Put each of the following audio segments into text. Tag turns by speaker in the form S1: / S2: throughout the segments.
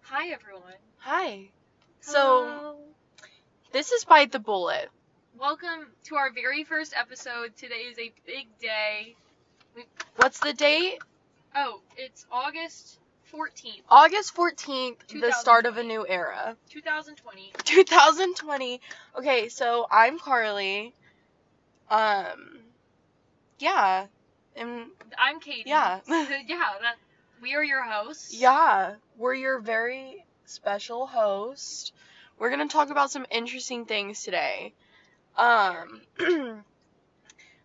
S1: Hi, everyone.
S2: Hi. So,
S1: Hello.
S2: this is Bite the Bullet.
S1: welcome to our very first episode. Today is a big day.
S2: What's the date?
S1: Oh, it's August 14th,
S2: August 14th, the start of a new era.
S1: 2020.
S2: 2020. Okay, so I'm Carly. Um, yeah. And
S1: I'm Katie.
S2: Yeah.
S1: So, yeah, that, we are your hosts.
S2: yeah, we're your very special host. We're going to talk about some interesting things today. Um,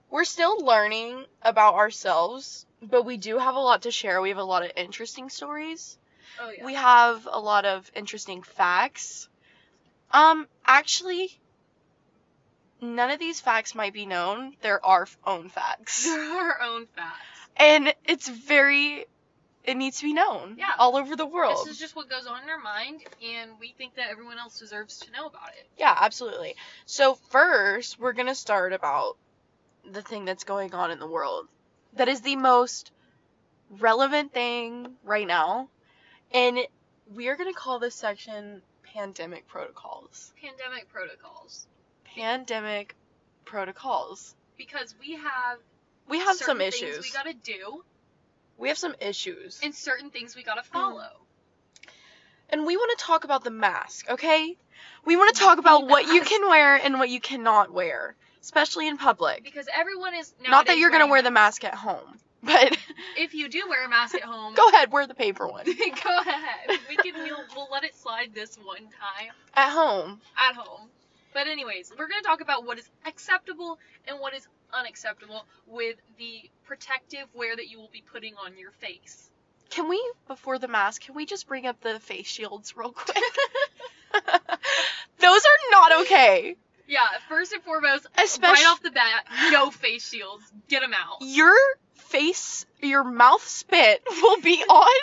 S2: we're still learning about ourselves, but we do have a lot to share. We have a lot of interesting stories.
S1: Oh, yeah.
S2: We have a lot of interesting facts. Um, actually, none of these facts might be known. They're our f- own facts.
S1: They're our own facts.
S2: and it's very, it needs to be known
S1: Yeah.
S2: all over the world.
S1: This is just what goes on in our mind, and we think that everyone else deserves to know about it.
S2: yeah, absolutely. So, first, we're going to start about the thing that's going on in the world that is the most relevant thing right now. And we are going to call this section pandemic protocols.
S1: Pandemic protocols.
S2: pandemic protocols.
S1: Because we have,
S2: We have
S1: certain
S2: some
S1: things
S2: issues.
S1: we gotta do,
S2: we have some issues. And,
S1: and certain things we gotta
S2: Oh
S1: follow.
S2: we want to talk about the mask, okay? We want to talk about what you
S1: mask.
S2: can wear and what you cannot wear, especially in public.
S1: Because everyone is
S2: Not that
S1: nowadays
S2: you're going to
S1: wearing
S2: wear the mask at home, but
S1: if you do wear a mask at home,
S2: go ahead, wear the paper one.
S1: go ahead. We can we'll, we'll let it slide this one time
S2: At home.
S1: at home. But anyways, we're going to talk about what is acceptable and what is unacceptable with the protective wear that you will be putting on your face.
S2: Can we, before the mask, can we just bring up the face shields real quick? Those are not okay.
S1: Yeah, first and foremost,
S2: Especially.
S1: right off the bat, no face shields. Get them out.
S2: your face, your mouth spit will be on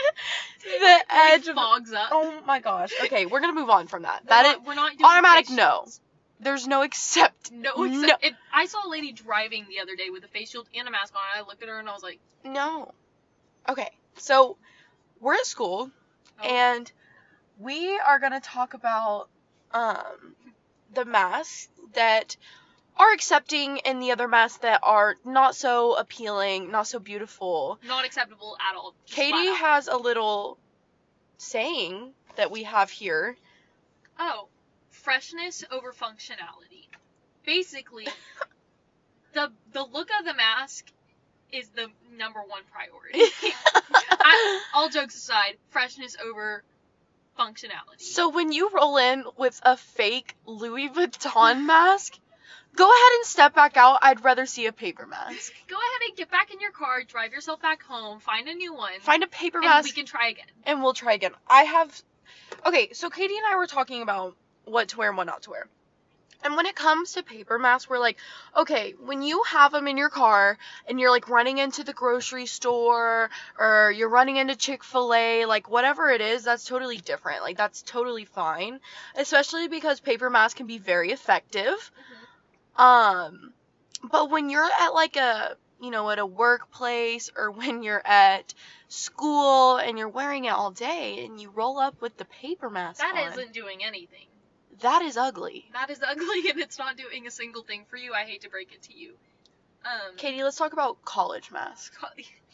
S2: the edge of.
S1: Fogs up.
S2: Oh my gosh. Okay, we're gonna move on from that.
S1: We're
S2: That
S1: not-
S2: is,
S1: we're not doing
S2: automatic
S1: face
S2: no.
S1: shields.
S2: there's no accept.
S1: No,
S2: No.
S1: except If, I saw a lady driving the other day with a face shield and a mask on. and I looked at her and I was like,
S2: No. Okay, so we're at school
S1: oh,
S2: and we are gonna talk about um the masks that are accepting and the other masks that are not so appealing, not so beautiful.
S1: not acceptable at all. Just flat
S2: Katie
S1: out.
S2: has a little saying that we have here.
S1: Oh, freshness over functionality. Basically, the the look of the mask is the number one priority. I- all jokes aside, freshness over functionality.
S2: so when you roll in with a fake Louis Vuitton mask, go ahead and step back out. I'd rather see a paper mask.
S1: go ahead and get back in your car, drive yourself back home, find a new one,
S2: Find a paper
S1: and
S2: mask
S1: we can try again.
S2: and we'll try again. I have Okay, so Katie and I were talking about what to wear and what not to wear. And when it comes to paper masks, we're like, okay, when you have them in your car and you're like running into the grocery store or you're running into Chick fil A, like whatever it is, that's totally different. Like, that's totally fine. Especially because paper masks can be very effective. Um, but when you're at like a, you know, at a workplace or when you're at school and you're wearing it all day and you roll up with the paper mask
S1: That
S2: on,
S1: not doing anything.
S2: that is ugly.
S1: That is ugly, and it's not doing a single thing for you. I hate to break it to you. Um,
S2: Katie, let's talk about college masks.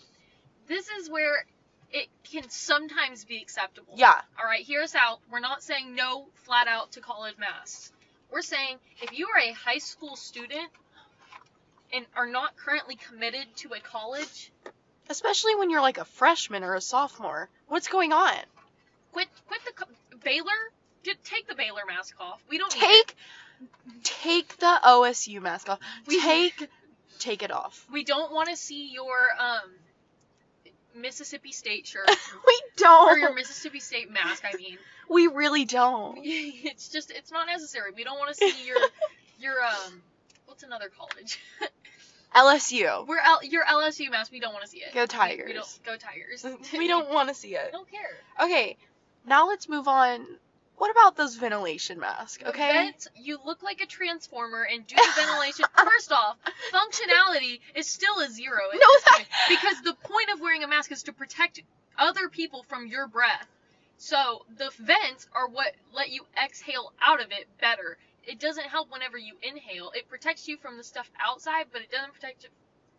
S1: this is where it can sometimes be acceptable.
S2: Yeah,
S1: All right, hear us out. We're not saying no flat out to college masks. We're saying if you are a high school student and are not currently committed to a college,
S2: especially when you're like a freshman or a sophomore. What's going on?
S1: Oh, quit quit the co- Baylor. Just take the Baylor mask off. We don't need it.
S2: Take take the OSU mask off.
S1: We-
S2: Take take it off.
S1: We don't want to see your um Mississippi State shirt
S2: We
S1: or your
S2: don't.
S1: Mississippi State mask. I mean,
S2: We really don't.
S1: it's just it's not necessary. We don't want to see your your um what's another college?
S2: LSU.
S1: We're L- your LSU mask. We don't want to see it.
S2: Go
S1: We, we
S2: Tigers.
S1: don't go Tigers.
S2: We don't want to see it.
S1: don't care.
S2: Okay, now let's move on. What about those ventilation masks? Okay.
S1: Vent, you look like a transformer and do the ventilation. First off, functionality is still a zero. at
S2: No,
S1: this
S2: that-
S1: point, because the point of wearing a mask is to protect other people from your breath. So the vents are what let you exhale out of it better. It doesn't help whenever you inhale. It protects you from the stuff outside, but it doesn't protect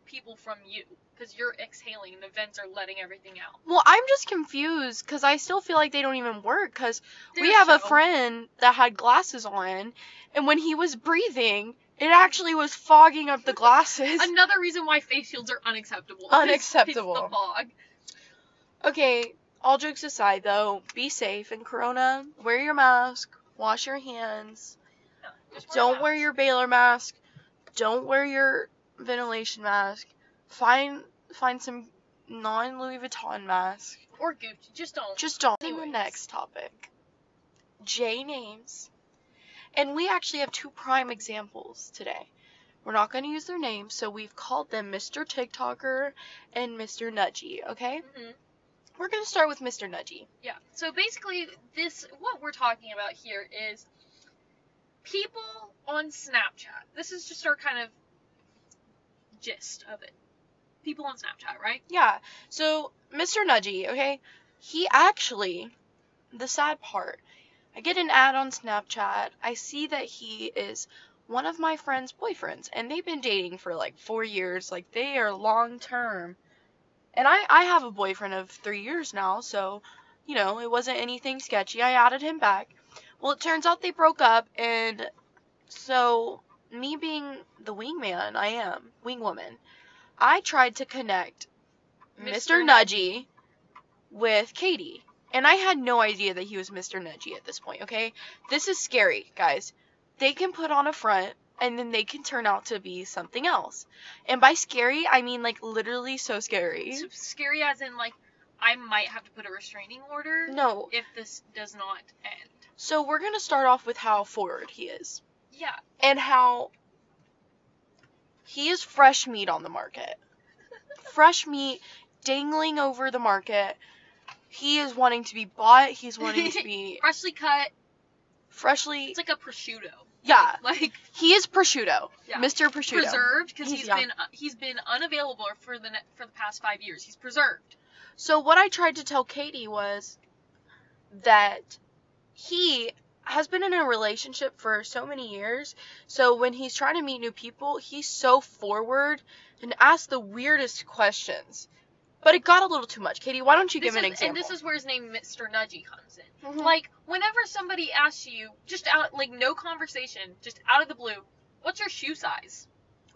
S1: people from you because you're exhaling and the vents are letting everything out.
S2: Well, I'm just confused because I still feel like they don't even work because we
S1: They're
S2: have a
S1: so-
S2: friend that had glasses on, and when he was breathing, it actually was fogging up the glasses.
S1: Another reason why face shields are unacceptable. is-
S2: Unacceptable.
S1: Is the fog.
S2: okay, all jokes aside though, be safe in Corona. Wear your mask, wash your hands,
S1: Just a
S2: don't wear
S1: mask.
S2: your Baylor mask, don't wear your ventilation mask, find find some non Louis Vuitton mask.
S1: or Gucci. Just don't.
S2: Just don't.
S1: Anyways.
S2: The next topic. J names. And we actually have two prime examples today. We're not going to use their names, so we've called them Mr. TikToker and Mr. Nudgy, okay?
S1: Mhm.
S2: We're going to start with Mr. Nudgy.
S1: Yeah. So basically, this what we're talking about here is people on Snapchat. This is just our kind of gist of it. People on Snapchat, right?
S2: Yeah. So, Mr. Nudgy, okay? He actually, the sad part, I get an ad on Snapchat. I see that he is one of my friend's boyfriends, and they've been dating for like four years. Like, they are long term. And I, I have a boyfriend of three years now, so, you know, it wasn't anything sketchy. I added him back. Well, it turns out they broke up, and so, me being the wingman, I am, wingwoman, I tried to connect Mr.
S1: Mr.
S2: Nudgy with Katie. And I had no idea that he was Mr. Nudgy at this point, okay? This is scary, guys. They can put on a front and then they can turn out to be something else. And by scary, I mean like literally so scary.
S1: It's scary as in like I might have to put a restraining order
S2: No.
S1: if this does not end.
S2: So we're going to start off with how forward he is
S1: Yeah.
S2: and how he is fresh meat on the market. Fresh meat dangling over the market. He is wanting to be bought. He's wanting to be
S1: Freshly cut.
S2: freshly
S1: It's like a prosciutto.
S2: yeah
S1: Like
S2: he is prosciutto
S1: Yeah.
S2: mr prosciutto
S1: preserved because
S2: He's
S1: he's
S2: young.
S1: been uh, he's been unavailable for the ne- for the past five years. He's preserved.
S2: so what i tried to tell katie was that he has been in a relationship for so many years so when he's trying to meet new people he's so forward and asks the weirdest questions but it got a little too much katie why don't you
S1: This
S2: give an
S1: is-
S2: example
S1: And this is where his name Mr. Nudgy comes in.
S2: Mhm.
S1: Like, whenever somebody asks you, just out, like, no conversation, just out of the blue, what's your shoe size?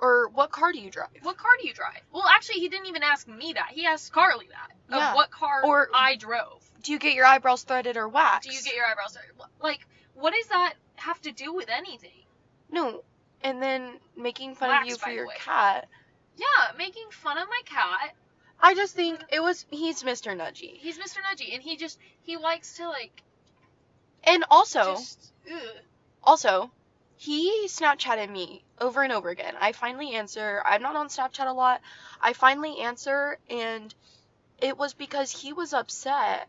S2: or what car do you drive
S1: What car do you drive? Well, actually, he didn't even ask me that. He asked Carly that.
S2: Yeah.
S1: Of what car
S2: Or-
S1: I drove.
S2: do you get your eyebrows threaded or waxed
S1: Do you get your eyebrows done? Wh- Like, what does that have to do with anything?
S2: no and then making fun
S1: Waxed,
S2: of you
S1: by
S2: for
S1: the
S2: your
S1: way.
S2: cat
S1: Yeah, making fun of my cat.
S2: I just think it was he's Mr. Nudgy.
S1: He's Mr. Nudgy, and he just, he likes to, like,
S2: And also,
S1: just, ugh.
S2: also, he Snapchatted me over and over again. I finally answer. I'm not on Snapchat a lot. I finally answer and it was because he was upset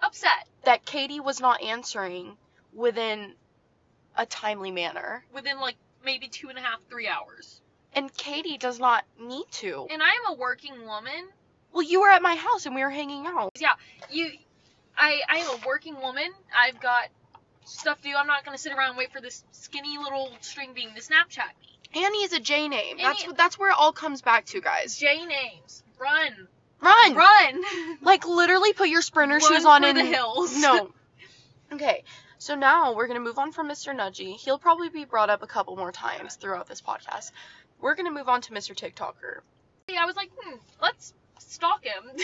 S1: upset
S2: that Katie was not answering within a timely manner.
S1: within, like, maybe two and a half, three hours.
S2: And Katie does not need to.
S1: And I am a working woman.
S2: Well, you were at my house and we were hanging out.
S1: you I I am a working woman. I've got stuff to do. I'm not gonna sit around and wait for this skinny little string bean to Snapchat me.
S2: And he's a J name.
S1: And
S2: That's
S1: he-
S2: what that's where it all comes back to, guys.
S1: J names. Run.
S2: Run.
S1: Run.
S2: Like literally put your sprinter
S1: Run
S2: shoes on
S1: for
S2: and
S1: the hills.
S2: No. Okay. So now we're going to move on from Mr. Nudgy. He'll probably be brought up a couple more times throughout this podcast. We're going to move on to Mr. TikToker.
S1: I was like, hmm, let's stalk him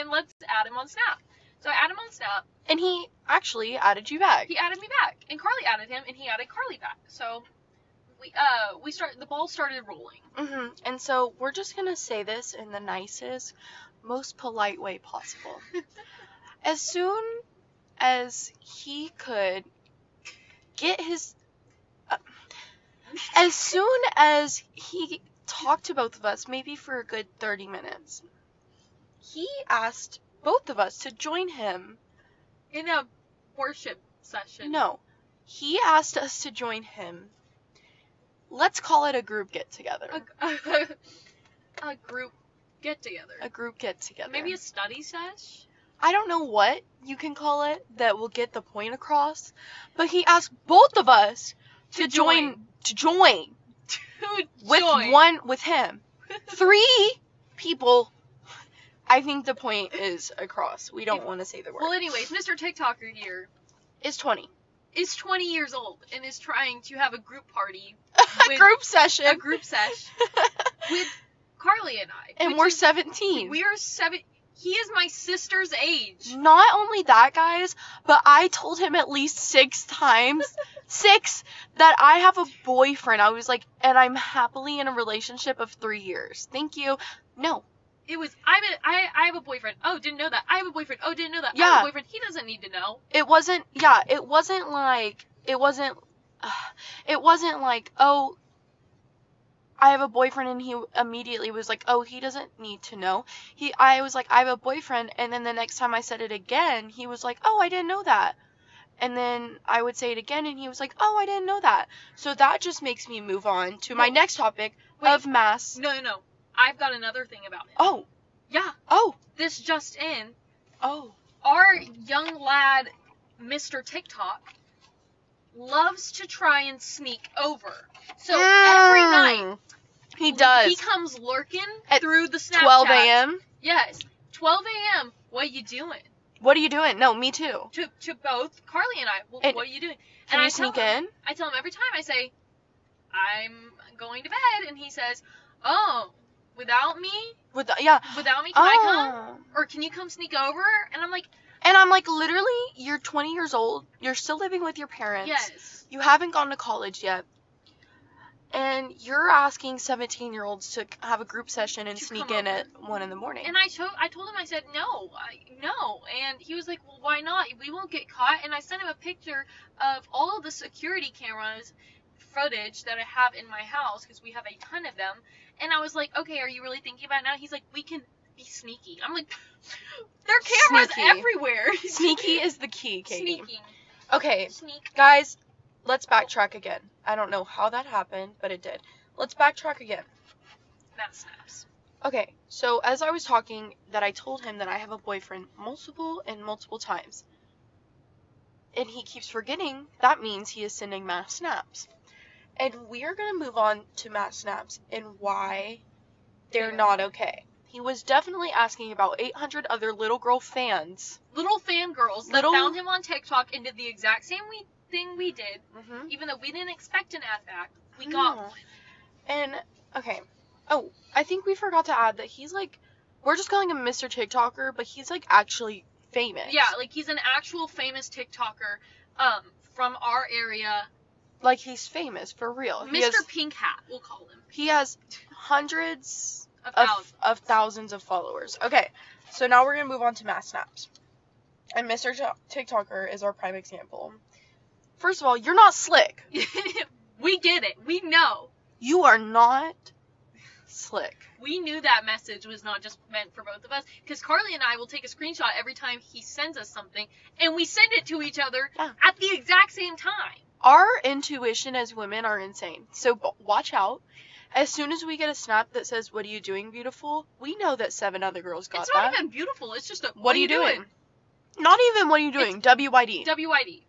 S1: and let's add him on Snap. So I add him on Snap.
S2: And he actually added you back.
S1: He added me back, and Carly added him, and he added Carly back. So we uh we start the ball started rolling.
S2: hmm And so we're just going to say this in the nicest, most polite way possible. as soon as he could get his. Uh, as soon as he talked to both of us, maybe for a good 30 minutes, he asked both of us to join him.
S1: In a worship session.
S2: No, he asked us to join him. Let's call it a group get together.
S1: a, a, a group get together.
S2: A group get together.
S1: Maybe a study sesh?
S2: I don't know what you can call it that will get the point across, but he asked both of us to, join, to join
S1: to
S2: with
S1: join.
S2: one with him. Three people. I think the point is across. We don't
S1: People.
S2: want to say the word.
S1: well, anyways, Mr. TikToker here
S2: it's 20.
S1: is 20 years old and is trying to have a group party,
S2: A
S1: With
S2: group session.
S1: a group sesh with Carly and I.
S2: and
S1: which
S2: we're
S1: is-
S2: 17.
S1: We are seven. He is my sister's age.
S2: Not only that, guys, but I told him at least six times, six, that I have a boyfriend. I was like, and I'm happily in a relationship of three years. Thank you. No.
S1: It was I'm a, I I have a boyfriend. Oh, didn't know that. I have a boyfriend. Oh, didn't know that. I have
S2: Yeah.
S1: a boyfriend. He doesn't need to know.
S2: It wasn't, yeah, it wasn't like, it wasn't, uh, it wasn't like, oh, I have a boyfriend and he immediately was like, "Oh, he doesn't need to know." He I was like, "I have a boyfriend." And then the next time I said it again, he was like, "Oh, I didn't know that." And then I would say it again and he was like, "Oh, I didn't know that." So that just makes me move on to my
S1: Well,
S2: next topic
S1: Wait,
S2: of mass.
S1: no, no, no. I've got another thing about it.
S2: Oh,
S1: Yeah,
S2: oh,
S1: this just in.
S2: oh.
S1: Our young lad, Mr. TikTok, loves to try and sneak over. So every night
S2: Mm. he does.
S1: he comes lurking
S2: At
S1: through the Snapchat.
S2: 12 a.m.
S1: Yes, 12 a.m. What you doing?
S2: What are you doing? No, me too.
S1: To to both Carly and I. Well,
S2: And-
S1: what are you doing? and
S2: Can you
S1: I tell
S2: sneak
S1: him-
S2: in?
S1: I tell him every time I say, I'm going to bed, and he says, Oh, without me,
S2: With the, yeah.
S1: without me, can I come?
S2: oh.
S1: Or can you come sneak over? And I'm like,
S2: And I'm like, literally, you're 20 years old. You're still living with your parents.
S1: Yes.
S2: You haven't gone to college yet. And you're asking 17 year olds to have a group session and
S1: To
S2: sneak
S1: come
S2: in
S1: over.
S2: at 1 in the morning.
S1: And I told I told him I said no, I, no, and he was like, well, why not? We won't get caught. And I sent him a picture of all of the security cameras footage that I have in my house because we have a ton of them. And I was like, okay, are you really thinking about it now? He's like, we can be sneaky. I'm like, there are cameras
S2: Sneaky.
S1: everywhere.
S2: Sneaky is the key, Katie.
S1: Sneaky.
S2: Okay,
S1: Sneak.
S2: guys, let's backtrack again. I don't know how that happened, but it did. Let's backtrack again.
S1: That snaps.
S2: Okay, so as I was talking, that I told him that I have a boyfriend multiple and multiple times. And he keeps forgetting that means he is sending mass snaps. And we are going to move on to mass snaps and why they're
S1: They're
S2: not okay. He was definitely asking about 800 other little girl fans.
S1: Little fangirls that
S2: Little-
S1: found him on TikTok and did the exact same we- thing we did,
S2: Mm-hmm.
S1: even though we didn't expect an ad back. We got one.
S2: And, okay. Oh, I think we forgot to add that he's like, we're just calling him Mr. TikToker, but he's like actually famous.
S1: Yeah, like he's an actual famous TikToker um, from our area.
S2: Like he's famous for real.
S1: Mr.
S2: Oh, He has-
S1: Pink Hat, we'll call him.
S2: He has hundreds
S1: A thousand.
S2: of, of thousands of followers. Okay, so now we're gonna move on to mass snaps. And Mr. T- TikToker is our prime example. First of all, you're not slick.
S1: we get it. We know.
S2: You are not slick.
S1: We knew that message was not just meant for both of us because Carly and I will take a screenshot every time he sends us something and we send it to each other
S2: Yeah.
S1: at the exact same time.
S2: Our intuition as women are insane. So b- watch out. As soon as we get a snap that says, "What are you doing, beautiful?" we know that seven other girls got
S1: it's
S2: that.
S1: not even beautiful. It's just a
S2: what, are you doing? Not even what are you doing? WYD.
S1: WID.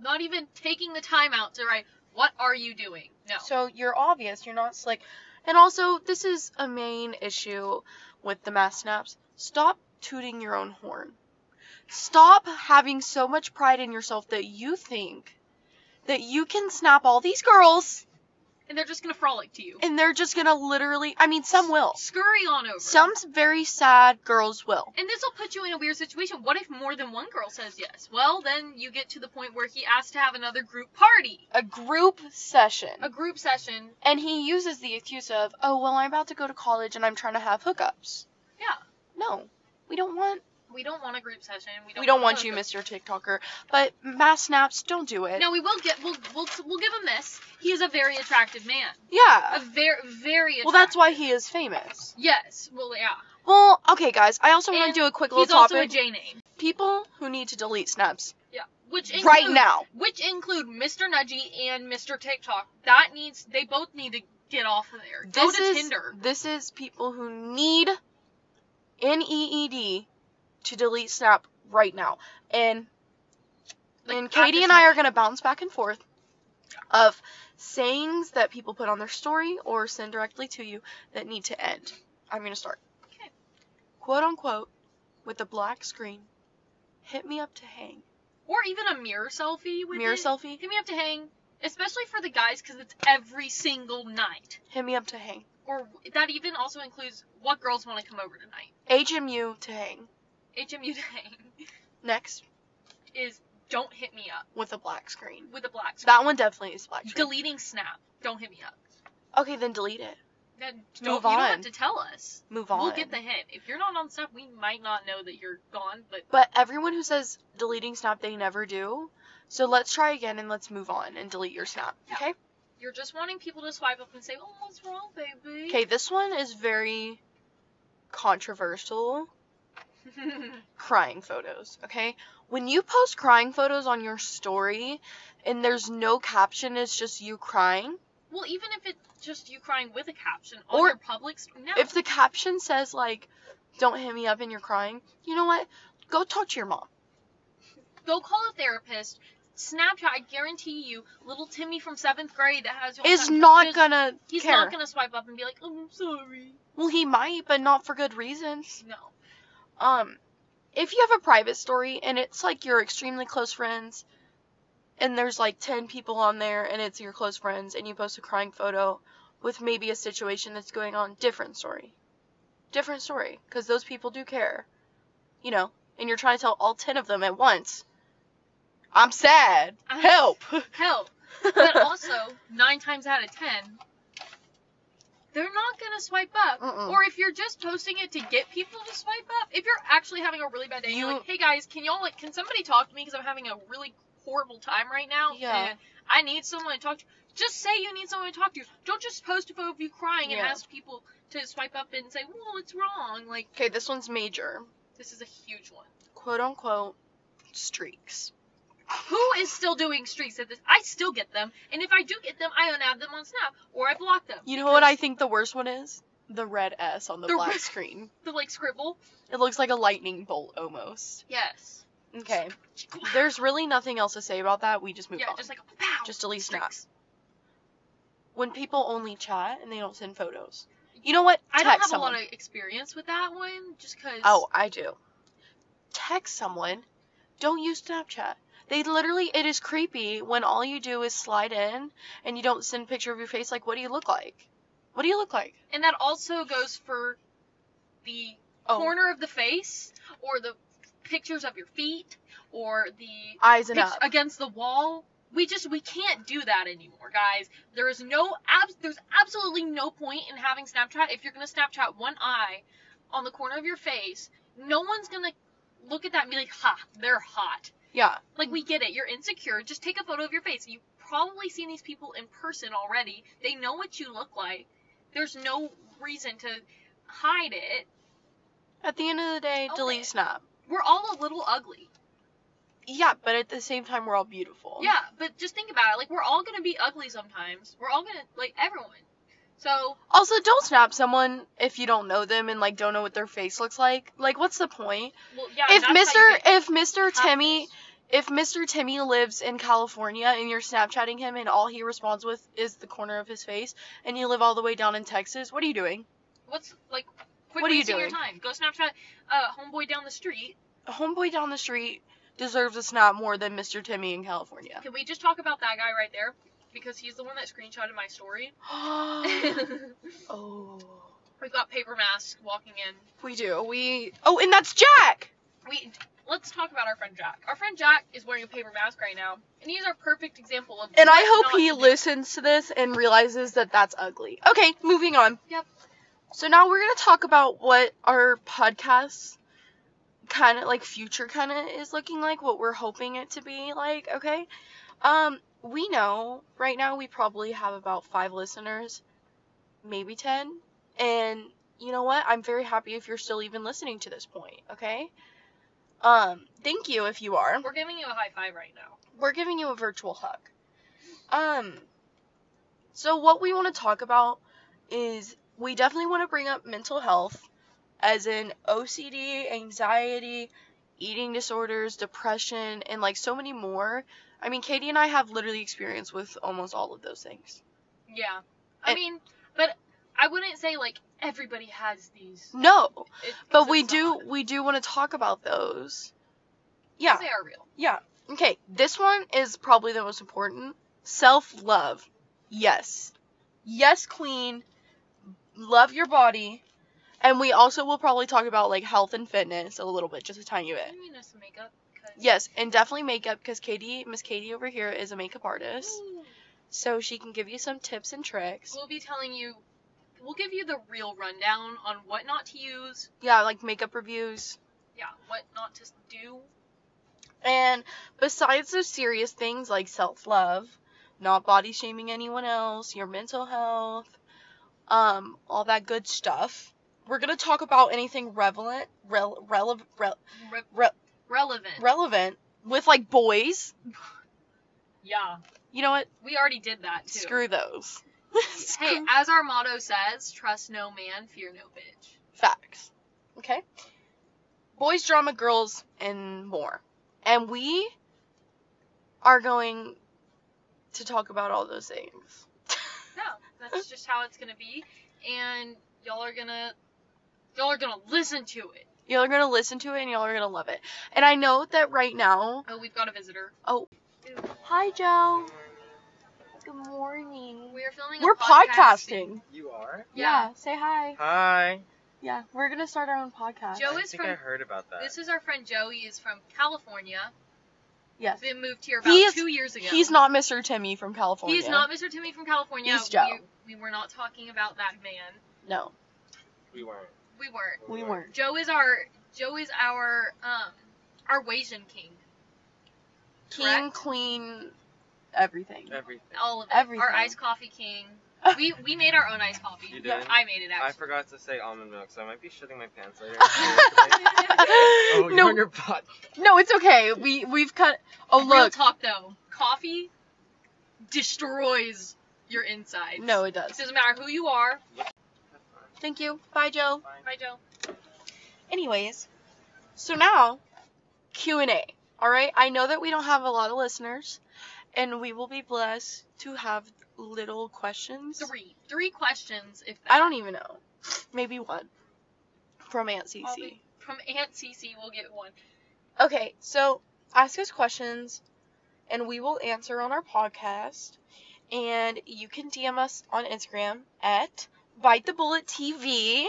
S1: Not even taking the time out to write, what are you doing? No.
S2: So you're obvious. You're not slick. And also, this is a main issue with the mass snaps. Stop tooting your own horn. Stop having so much pride in yourself that you think that you can snap all these girls
S1: and they're just going to frolic to you.
S2: and they're just gonna literally. I mean, some will.
S1: Scurry on over.
S2: Some very sad girls will.
S1: And this will put you in a weird situation. What if more than one girl says yes? Well, then you get to the point where he asks to have another group party,
S2: A group session.
S1: a group session.
S2: And he uses the excuse of, oh, well, I'm about to go to college and I'm trying to have hookups.
S1: Yeah.
S2: No. We don't want
S1: We don't want a group session. We don't,
S2: we don't want
S1: a
S2: you,
S1: group-
S2: Mr. TikToker. But mass snaps, don't do it.
S1: No, we will get. We'll, we'll we'll give him this. He is a very attractive man. A
S2: Yeah.
S1: very very. Attractive.
S2: Well, that's why he is famous.
S1: Yes. Well, yeah.
S2: Well, okay, guys. I also want
S1: And
S2: to do a quick little
S1: He's
S2: topic.
S1: also a J name.
S2: People who need to delete snaps
S1: Yeah. Which include,
S2: right now.
S1: Which include Mr. Nudgy and Mr. TikTok. That needs. They both need to get off of there. go
S2: This
S1: to
S2: is
S1: Tinder.
S2: this is people who need N E E D to delete snap right now. And
S1: Like,
S2: and
S1: at
S2: Katie
S1: this
S2: and I are
S1: moment.
S2: going to bounce back and forth of sayings that people put on their story or send directly to you that need to end. I'm going to start.
S1: Okay.
S2: Quote unquote, with a black screen, hit me up to hang.
S1: Or even a mirror selfie with
S2: Mirror
S1: it.
S2: selfie,
S1: Hit me up to hang, especially for the guys, because it's every single night.
S2: hit me up to hang.
S1: Or that even also includes what girls want to come over tonight.
S2: HMU to hang.
S1: HMU to hang
S2: Next,
S1: is don't hit me up
S2: with a black screen.
S1: with a black screen.
S2: That one definitely is black screen.
S1: Deleting Snap, don't hit me up.
S2: okay, then delete it.
S1: Then don't,
S2: Move
S1: You don't
S2: on.
S1: have to tell us.
S2: Move on.
S1: We'll get the hint. If you're not on Snap, we might not know that you're gone, but
S2: But everyone who says deleting Snap, they never do. So let's try again and let's move on and delete your Snap.
S1: Yeah.
S2: Okay?
S1: you're just wanting people to swipe up and say, "Oh, what's wrong, baby?"
S2: Okay, this one is very controversial. Crying photos, okay? When you post crying photos on your story and there's no caption, it's just you crying.
S1: well, even if it's just you crying with a caption on
S2: Or-
S1: your public, st- no.
S2: If the caption says, like, don't hit me up and you're crying, you know what? Go talk to your mom.
S1: go call a therapist. Snapchat, I guarantee you, little Timmy from seventh grade that has your
S2: Is
S1: Snapchat
S2: not
S1: just-
S2: gonna
S1: He's
S2: care.
S1: not gonna swipe up and be like, "Oh, I'm sorry."
S2: Well, he might, but not for good reasons.
S1: No.
S2: Um, if you have a private story and it's like your extremely close friends, and there's like 10 people on there and it's your close friends, and you post a crying photo with maybe a situation that's going on, different story. Different story, because those people do care. You know, and you're trying to tell all 10 of them at once, I'm sad.
S1: I'm-
S2: Help.
S1: Hell, but also nine times out of ten, they're not gonna swipe up.
S2: Mm-mm.
S1: Or if you're just posting it to get people to swipe up, if you're actually having a really bad day, and you're
S2: You-
S1: like, "Hey guys, can y'all like, can somebody talk to me? Because I'm having a really horrible time right now,
S2: Yeah.
S1: and I need someone to talk to." Just say you need someone to talk to. Don't just post a photo of you crying and
S2: Yeah.
S1: ask people to swipe up and say, "Well, what's wrong?" Like
S2: okay, this one's major.
S1: this is a huge one.
S2: Quote unquote streaks.
S1: Who is still doing streaks at this? I still get them, and if I do get them, I unadd them on Snap or I block them.
S2: You know what I
S1: because
S2: think the worst one is? The red S on the,
S1: The
S2: black
S1: red-
S2: screen.
S1: the like scribble.
S2: It looks like a lightning bolt almost.
S1: Yes.
S2: Okay. There's really nothing else to say about that. We just move
S1: yeah,
S2: on.
S1: just like pow.
S2: Just delete Snap.
S1: streaks.
S2: When people only chat and they don't send photos. You know what?
S1: I
S2: Text
S1: don't have
S2: someone.
S1: a lot of experience with that one, just because.
S2: Oh, I do. Text someone. Don't use Snapchat. They literally, it is creepy when all you do is slide in and you don't send a picture of your face. Like, what do you look like? What do you look like?
S1: And that also goes for the
S2: Oh,
S1: corner of the face, or the pictures of your feet, or the
S2: eyes and
S1: pict-
S2: up.
S1: against the wall. We just we can't do that anymore, guys. There is no abs- there's absolutely no point in having Snapchat if you're gonna Snapchat one eye on the corner of your face. No one's gonna look at that and be like, "Ha, they're hot."
S2: Yeah.
S1: Like we get it, you're insecure. Just take a photo of your face. You've probably seen these people in person already. They know what you look like. There's no reason to hide it.
S2: At the end of the day,
S1: Own
S2: delete
S1: it.
S2: Snap.
S1: We're all a little ugly.
S2: Yeah, but at the same time, we're all beautiful.
S1: Yeah, but just think about it. Like we're all gonna be ugly sometimes. We're all gonna like everyone. So
S2: Also, don't snap someone if you don't know them and like don't know what their face looks like. Like, what's the point?
S1: well, yeah.
S2: if
S1: that's how you
S2: Mr.
S1: get
S2: If Mr.
S1: copies.
S2: Timmy, if Mr. Timmy lives in California and you're Snapchatting him and all he responds with is the corner of his face, and you live all the way down in Texas, what are you doing?
S1: what's like quit
S2: What are you
S1: wasting your
S2: doing?
S1: time. Go Snapchat uh, homeboy down the street.
S2: A homeboy down the street deserves a snap more than Mr. Timmy in California.
S1: Can we just talk about that guy right there? Because he's the one that screenshotted my story.
S2: oh,
S1: We've got paper masks walking in.
S2: we do. We oh, and that's Jack.
S1: we let's talk about our friend Jack. Our friend Jack is wearing a paper mask right now, and he's our perfect example of.
S2: And I
S1: what
S2: hope
S1: not
S2: he
S1: to do.
S2: listens to this and realizes that that's ugly. Okay, moving on.
S1: Yep.
S2: So now we're going to talk about what our podcast kind of like future kind of is looking like, what we're hoping it to be like, okay? Um we know right now we probably have about 5 listeners, maybe 10. And you know what? I'm very happy if you're still even listening to this point, okay? Um thank you if you are
S1: We're giving you a high five right now.
S2: we're giving you a virtual hug. Um so what we want to talk about is we definitely want to bring up mental health as in OCD, anxiety, eating disorders, depression, and like so many more. I mean, Katie and I have literally experience with almost all of those things.
S1: Yeah. I
S2: And-
S1: mean, but I wouldn't say like everybody has these.
S2: No,
S1: It-
S2: but
S1: 'cause
S2: we
S1: it's
S2: do
S1: not. 'Cause
S2: we do want to talk about those. Yeah.
S1: They are real.
S2: Yeah. Okay, this one is probably the most important. Self love. Yes. Yes, queen. Love your body. And we also will probably talk about like health and fitness a little bit, just a tiny bit.
S1: You know some makeup. 'cause-
S2: Eh. Yes, and definitely makeup because Katie, Miss Katie over here is a makeup artist.
S1: Ooh.
S2: So she can give you some tips and tricks.
S1: We'll be telling you. We'll give you the real rundown on what not to use.
S2: Yeah, like makeup reviews.
S1: Yeah, what not to do.
S2: And besides those serious things like self love, not body shaming anyone else, your mental health, um, all that good stuff, we're gonna talk about anything relevant, rel- rele- rel-
S1: Re-
S2: Re-
S1: relevant.
S2: relevant with like boys.
S1: yeah,
S2: You know what?
S1: we already did that too.
S2: Screw those.
S1: Hey,
S2: Screw
S1: as our motto says, trust no man, fear no bitch.
S2: facts. Okay? Boys, drama, girls, and more. And we are going to talk about all those things.
S1: No, that's just how it's gonna be, and y'all are gonna y'all are gonna listen to it.
S2: Y'all are gonna listen to it and y'all are gonna love it. And I know that right now.
S1: Oh, we've got a visitor.
S2: Hi, Joe. Good morning.
S1: We're filming. a
S2: We're
S1: podcast.
S2: podcasting.
S3: You are?
S1: Yeah.
S2: Say hi.
S3: Hi.
S2: Yeah, we're gonna start our own podcast.
S1: Joe
S3: I
S1: is
S3: think I
S1: from.
S3: heard about that.
S1: This is our friend Joey. Is from California.
S2: Yes.
S1: Been moved here about
S2: He is-
S1: two years ago.
S2: He's not Mr. Timmy from California.
S1: He's not Mr. Timmy from California.
S2: He's Joe.
S1: We, we were not talking about that man.
S2: No,
S3: we weren't.
S1: We weren't.
S2: we weren't.
S1: Joe is our Joe is our um our Wasian king.
S2: King,
S1: Correct.
S2: queen, everything.
S3: Everything.
S1: All of it.
S2: Everything.
S1: Our iced coffee king. We we made our own iced coffee.
S3: You
S2: Yeah,
S3: did?
S1: I made it
S3: I
S1: actually.
S3: forgot to say almond milk, so I might be shitting my pants later. oh,
S2: oh,
S3: you're
S2: no,
S3: on your pot.
S2: no, it's okay. We we've cut. Oh
S1: Real
S2: look.
S1: talk though, coffee destroys your insides.
S2: No, it
S1: It
S2: does.
S1: doesn't matter who you are.
S2: Thank you. Bye, Joe.
S1: Hi Joe.
S2: Anyways, so now Q and A. All right. I know that we don't have a lot of listeners, and we will be blessed to have little questions.
S1: Three. Three questions if that
S2: I don't even know. Maybe one from Aunt
S1: I'll
S2: Cece.
S1: be- from Aunt Cece we'll get one.
S2: Okay. So ask us questions, and we will answer on our podcast. And you can DM us on Instagram at Bite the Bullet TV.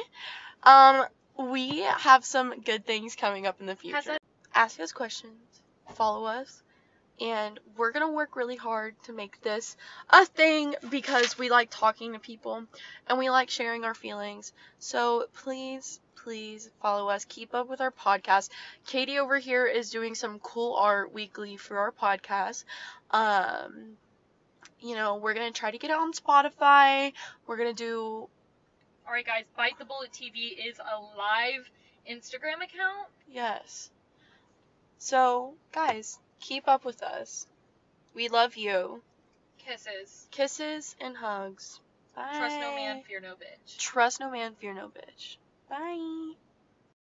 S2: Um, we have some good things coming up in the future.
S1: Has that
S2: ask us questions, follow us, and we're gonna work really hard to make this a thing because we like talking to people and we like sharing our feelings. So please, please follow us. Keep up with our podcast. Katie over here is doing some cool art weekly for our podcast. Um, you know, we're gonna try to get it on Spotify. We're gonna do
S1: All right, guys. Bite the Bullet TV is a live Instagram account.
S2: Yes. So, guys, keep up with us. We love you.
S1: Kisses.
S2: Kisses and hugs. Bye.
S1: Trust no man, fear no bitch.
S2: Trust no man, fear no bitch. Bye.